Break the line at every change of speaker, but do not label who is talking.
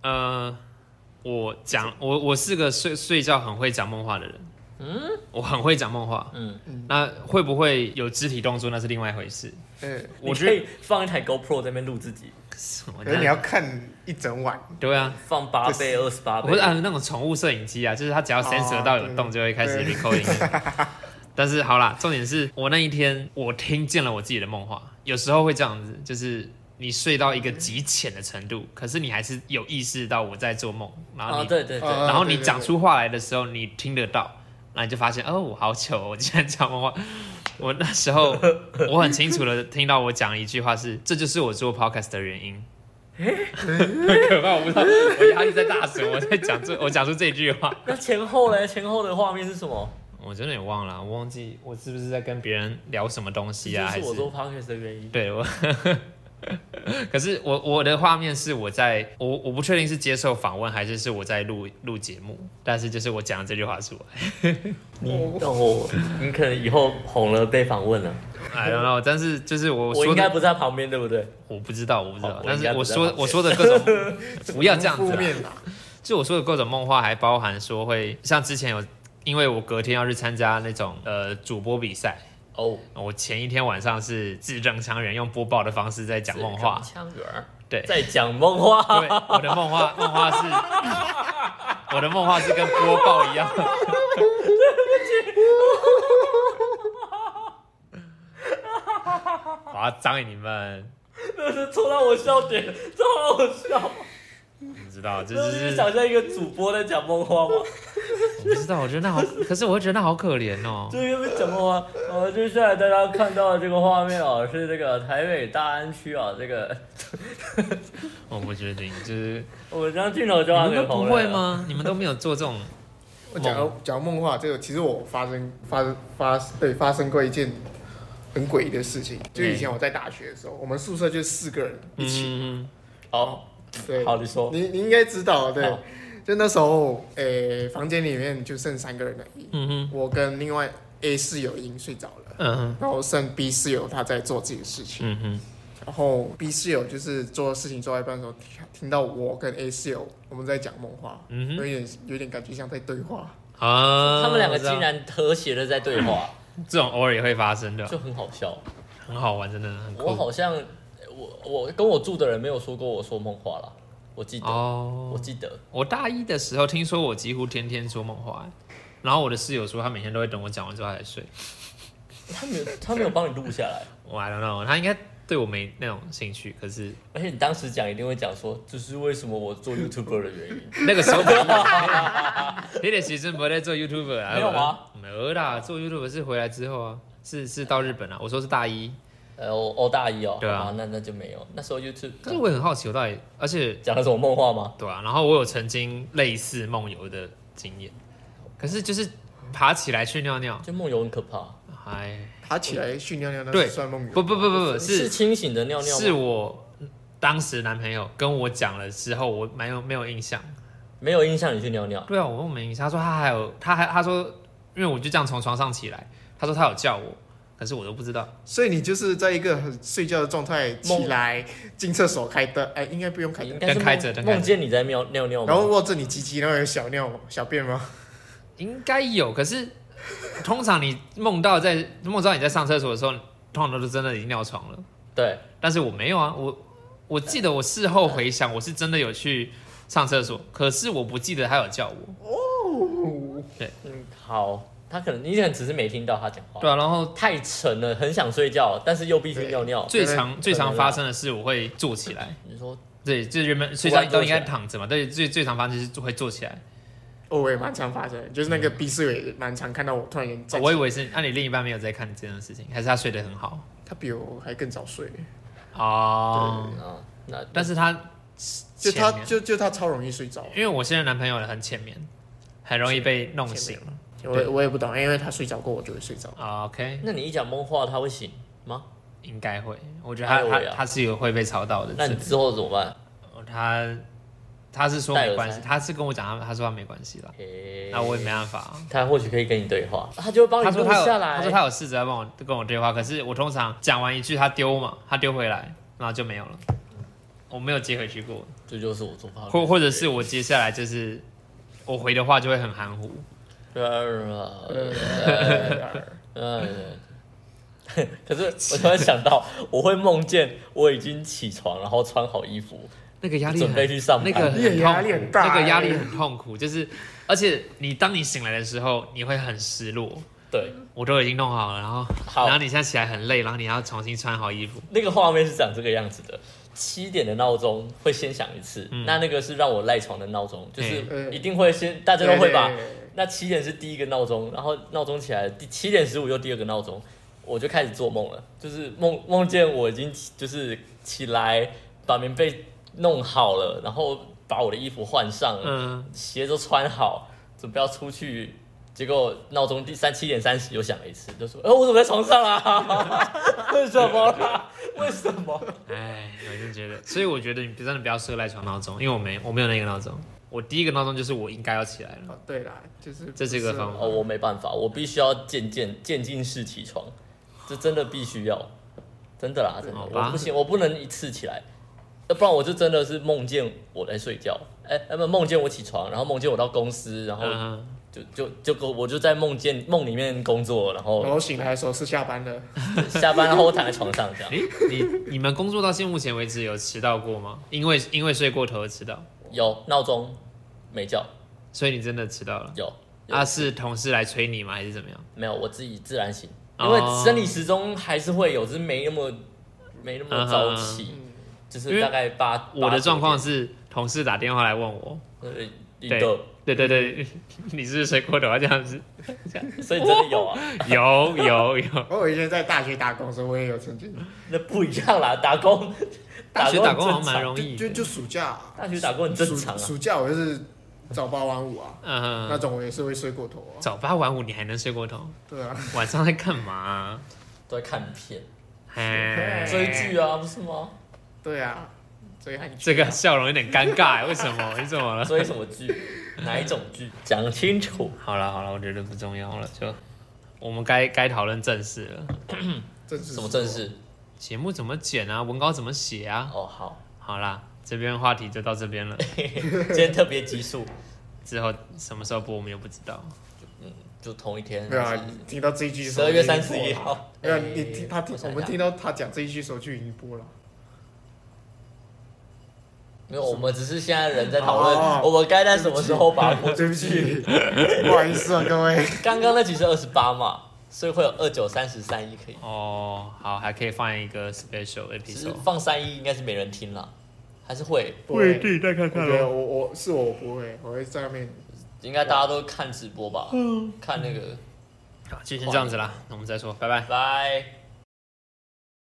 呃，我讲我我是个睡睡觉很会讲梦话的人，嗯，我很会讲梦话，嗯，那会不会有肢体动作那是另外一回事。
嗯，
我
你
觉
可
得
以放一台 GoPro 在那边录自己，
什么
可是你要看一整晚，
对啊，
放八倍、二十八倍啊
我是，按那种宠物摄影机啊，就是它只要 sensor 到有动，就会开始
哦对
recording 音乐。 但是好啦，重点是我那一天我听见了我自己的梦话，有时候会这样子，就是你睡到一个极浅的程度，可是你还是有意识到我在做梦，然后
啊，
你，
对对对，
啊
然后
对
你
对
讲
对
出话来的时候，你听得到，然后你就发现哦，我好糗哦，我竟然讲梦话。 我那时候我很清楚的听到我讲了一句话是，这就是我做 podcast 的原因。很可怕，我不知道，我压力在大神，我在讲这，我讲出这句话，
那前后嘞，前后的画面是什 么？
我真的也忘了，啊我忘记我是不是在跟别人聊什么东
这
西啊，
就
还
是我做 podcast 的原因。
对我， 可是我我的画面是我在我我不确定是接受访问还是是我在录录节目，但是就是我讲了这句话出来，
你哦，你可能以后红了被访问了，
哎，然后但是就是我
我应
说
该
的
不在旁边，对不对？
我不知道我不知道，
哦我
但
应
是
该
我
不在
说
旁边
我说的各种 不要这样
负
子啦，啊
面啦，
就我说的各种梦话，还包含说会像之前有，因为我隔天要去参加那种呃主播比赛，
哦，
我前一天晚上是字正腔圆用播报的方式在讲梦话，
腔圆儿，
对
在讲梦话，
对，我的梦话梦话是，我的梦话是跟播报一样， 我要脏给你们，
那是戳到我笑点，戳到我笑。
你知 道，这
就
就是是
想象一个主播在讲梦话嘛，
我不知道，我觉得那好， 可是我会觉得那好可怜哦。
就是因为讲梦话。呃，接下来大家看到的这个画面啊，是这个台北大安区啊，这个
我不确定， 就是
我这样镜头就
你
要
们
给
都不
红了。
会？吗？你们都没有做这 种
我讲
哦
到讲到梦话这个，其实我发生发生发对发生过一件很诡异的事情，就以前我在大学的时候，我们宿舍就四个人一起，
嗯，
好，嗯
对，
好，你说。
你你应该知道，对
好，
就那时候，诶、房间里面就剩三个人了，
嗯哼，
我跟另外 A 室友已经睡着了，
嗯哼，
然后剩 B 室友他在做自己的事情，
嗯哼，
然后 B 室友就是做事情做到一半的时候，听听到我跟 A 室友我们在讲梦话，
嗯
有点有点感觉像在对话，
哼，啊，
他们两个
我知道
竟然和谐的在对话，
这种偶尔也会发生的，
就很好笑。
很好玩，真的很
我
酷
好像我我跟我住的人没有说过我说梦话啦，我记得、我
哦。
记得
我大一的时候听说我几乎天天说梦话，然后我的室友说他每天都会等我讲完之后他才睡，
他没有他没有帮你录下来，
我 I don't know，他应该对我没那种兴趣，可是
而且你当时讲一定会讲说这是为什么我 做 YouTuber 的原因。
那个时 候没有，啊你的学生不在做 YouTuber 啊？
没有吗？
没有啦，做 YouTuber 是回来之后啊，是是到日本啊。我说是大一，
呃，我我大一哦，
对啊
好吧那那就没有。那时候 YouTube
可是我也很好奇，我到底而且
讲了什么梦话吗？
对啊，然后我有曾经类似梦游的经验，可是就是爬起来去尿尿，
就梦游很可怕，
哎，
爬起来去尿尿，那
对
是算梦游？
不不不不不
是
哦是
清醒的尿尿
是
吗？
我当时男朋友跟我讲了之后，我没有没有印象。
没有印象你去尿尿，
对啊，我问没印象，他说他还有他还他说，因为我就这样从床上起来，他说他有叫我，可是我都不知道。
所以你就是在一个很睡觉的状态起来进厕所开灯，哎、应该不用开
应
灯。
该是
灯开着灯
梦
开着
梦见你在尿尿尿
然后
吗？
握着你鸡鸡，然后有小尿小便吗？
应该有，可是通常你梦到在梦到你在上厕所的时候，通常都是真的已经尿床了。
对，
但是我没有啊，我我记得我事后回想，我是真的有去上厕所，可是我不记得他有叫我。
嗯，好，他可能你可能只是没听到他讲话，
对啊，然后
太沉了，很想睡觉，但是又必须尿尿。
最
可能
常最常发生的是我会坐起来，
你说
对，就原本睡
突
觉
然坐
都应
起
该
来
躺着嘛，对，最最常发生就是会坐起来。
哦，我也蛮常发生的，就是那个 B 室友也蛮常看到我突然间站起
嗯哦我以
来，
为是，那、啊你另一半没有在看这件事情，还是他睡得很好
他比我还更早睡，
哦？
啊，那
但是他
就他
前面
就就他超容易睡着，
因为我现在男朋友很浅眠，很容易被弄醒
浅我也我也不懂，因为他睡着过我就会睡 着。
啊 OK，
那你一讲梦话，他会醒吗？
应该会，我觉得
哎呦
他
喂啊
他他是有会被吵到的。
那你之后怎么办？
他他是说
戴
没
耳
关系，
塞
他是跟我讲，他他说他没关系啦，
诶
那我也没办法啊。
他或许可以跟你对话，他就会帮你
他说
录
他有，
下
他
来。
说他有试着要帮我跟我对话，可是我通常讲完一句他丢嘛，他丢回来，然后就没有了。我没有接回去过，
这就是我做发
或或者是我接下来就是我回的话就会很含糊，
呃
嗯， 可是我突然想到，我会梦见我已经起床，然后穿好衣服，
那个压力很
准备去上班
那个
你也压
很
力
痛
很
苦，
大
那个压
欸
力很痛苦，就是而且你当你醒来的时候，你会很失落。
对，
我都已经弄好了，然后
好
然后你现在起来很累，然后你还要重新穿好衣服，
那个画面是长这个样子的。七点的闹钟会先响一次，那那个是让我赖床的闹钟，就是
嗯
一定会先，大家都会吧
对？
那七点是第一个闹钟，然后闹钟起来，第七点十五又第二个闹钟，我就开始做梦了，就是梦梦见我已经起就是起来把棉被弄好了，然后把我的衣服换上了，
嗯，
鞋都穿好，准备要出去，结果闹钟第三七点三十又响了一次，就说：“哎、我怎么在床上啦、 为什么啊啦？为什么？
哎，我就觉得，所以我觉得你真的不要设赖床闹钟，因为我没我没有那个闹钟，我第一个闹钟就是我应该要起
嗯
来了，
哦，对啦，就是
这是一个方法
哦，我没办法，我必须要渐渐渐进式起床，这真的必须要，真的啦，真的，
好吧
我不行，我不能一次起来，要不然我就真的是梦见我在睡觉，哎、哎不梦见我起床，然后梦见我到公司，然后
嗯，
就就就跟我就在梦见梦里面工作，然
然
后
哦
后醒来的时候是下班了，
下班，然后我躺在床上这样。
哎，你你们工作到现目前为止有迟到过吗？因为因为睡过头而迟到，
有闹钟没叫，
所以你真的迟到了。
有
啊，是同事来催你吗？还是怎么样？
没有？我自己自然醒，
哦
因为生理时钟还是会有，只是没那么没那么早起，
嗯，
就是大概八。
我的状况
是，
是，同事打电话来问我，
呃，你
对
的，
对对
嗯
对， 你是不是睡过头啊？这样子，
所以真的 有啊，
有有有，
我有以前在大学打工的时候，我也有曾经，
那不一样啦，打工，
大学打工好像
很
蛮
正常
容易
就就
的，
就暑假啊，
大学打工很正常啊
暑暑假我就是早八晚五啊，那
嗯，
种我也是会睡过头啊，
早八晚五你还能睡过头，
对啊，
晚上在干嘛啊？
都在看片、
哎，
追剧啊，不是吗？
对啊，所以很
这个笑容有点尴尬，为什么？你怎么了？
追什 么剧？哪一种剧？讲清楚。
好了好了，我觉得不重要了，就我们该该讨论正事了。
正式
什么正？事？
节目怎么剪啊？文稿怎么写啊？
哦，好，
好啦，这边话题就到这边了，
今天特别集数，
之后什么时候播我们又不知道。
就同一天，
没有啊，你听到这一句的时
十
候
二月
已经
三十一
过
啊
了，
号。哎
没有啊你听他听
想
我
一
们
下
听到他讲这一句的时候就已经播了，
没有，我们只是现在人在讨论，
哦
我们该在什么时候把 我
对不起，不好意思啊各位，
刚刚那集是二十八嘛，所以会有二九、三十、三一可以。
哦，好，还可以放一个 special
只是
episode。
放三一应该是没人听了，还是会，
不会
定再看哦
我觉得我我是我不会，我会在那边
应该大家都看直播吧？看那个，
好，就先这样子啦，那我们再说，拜拜。
拜。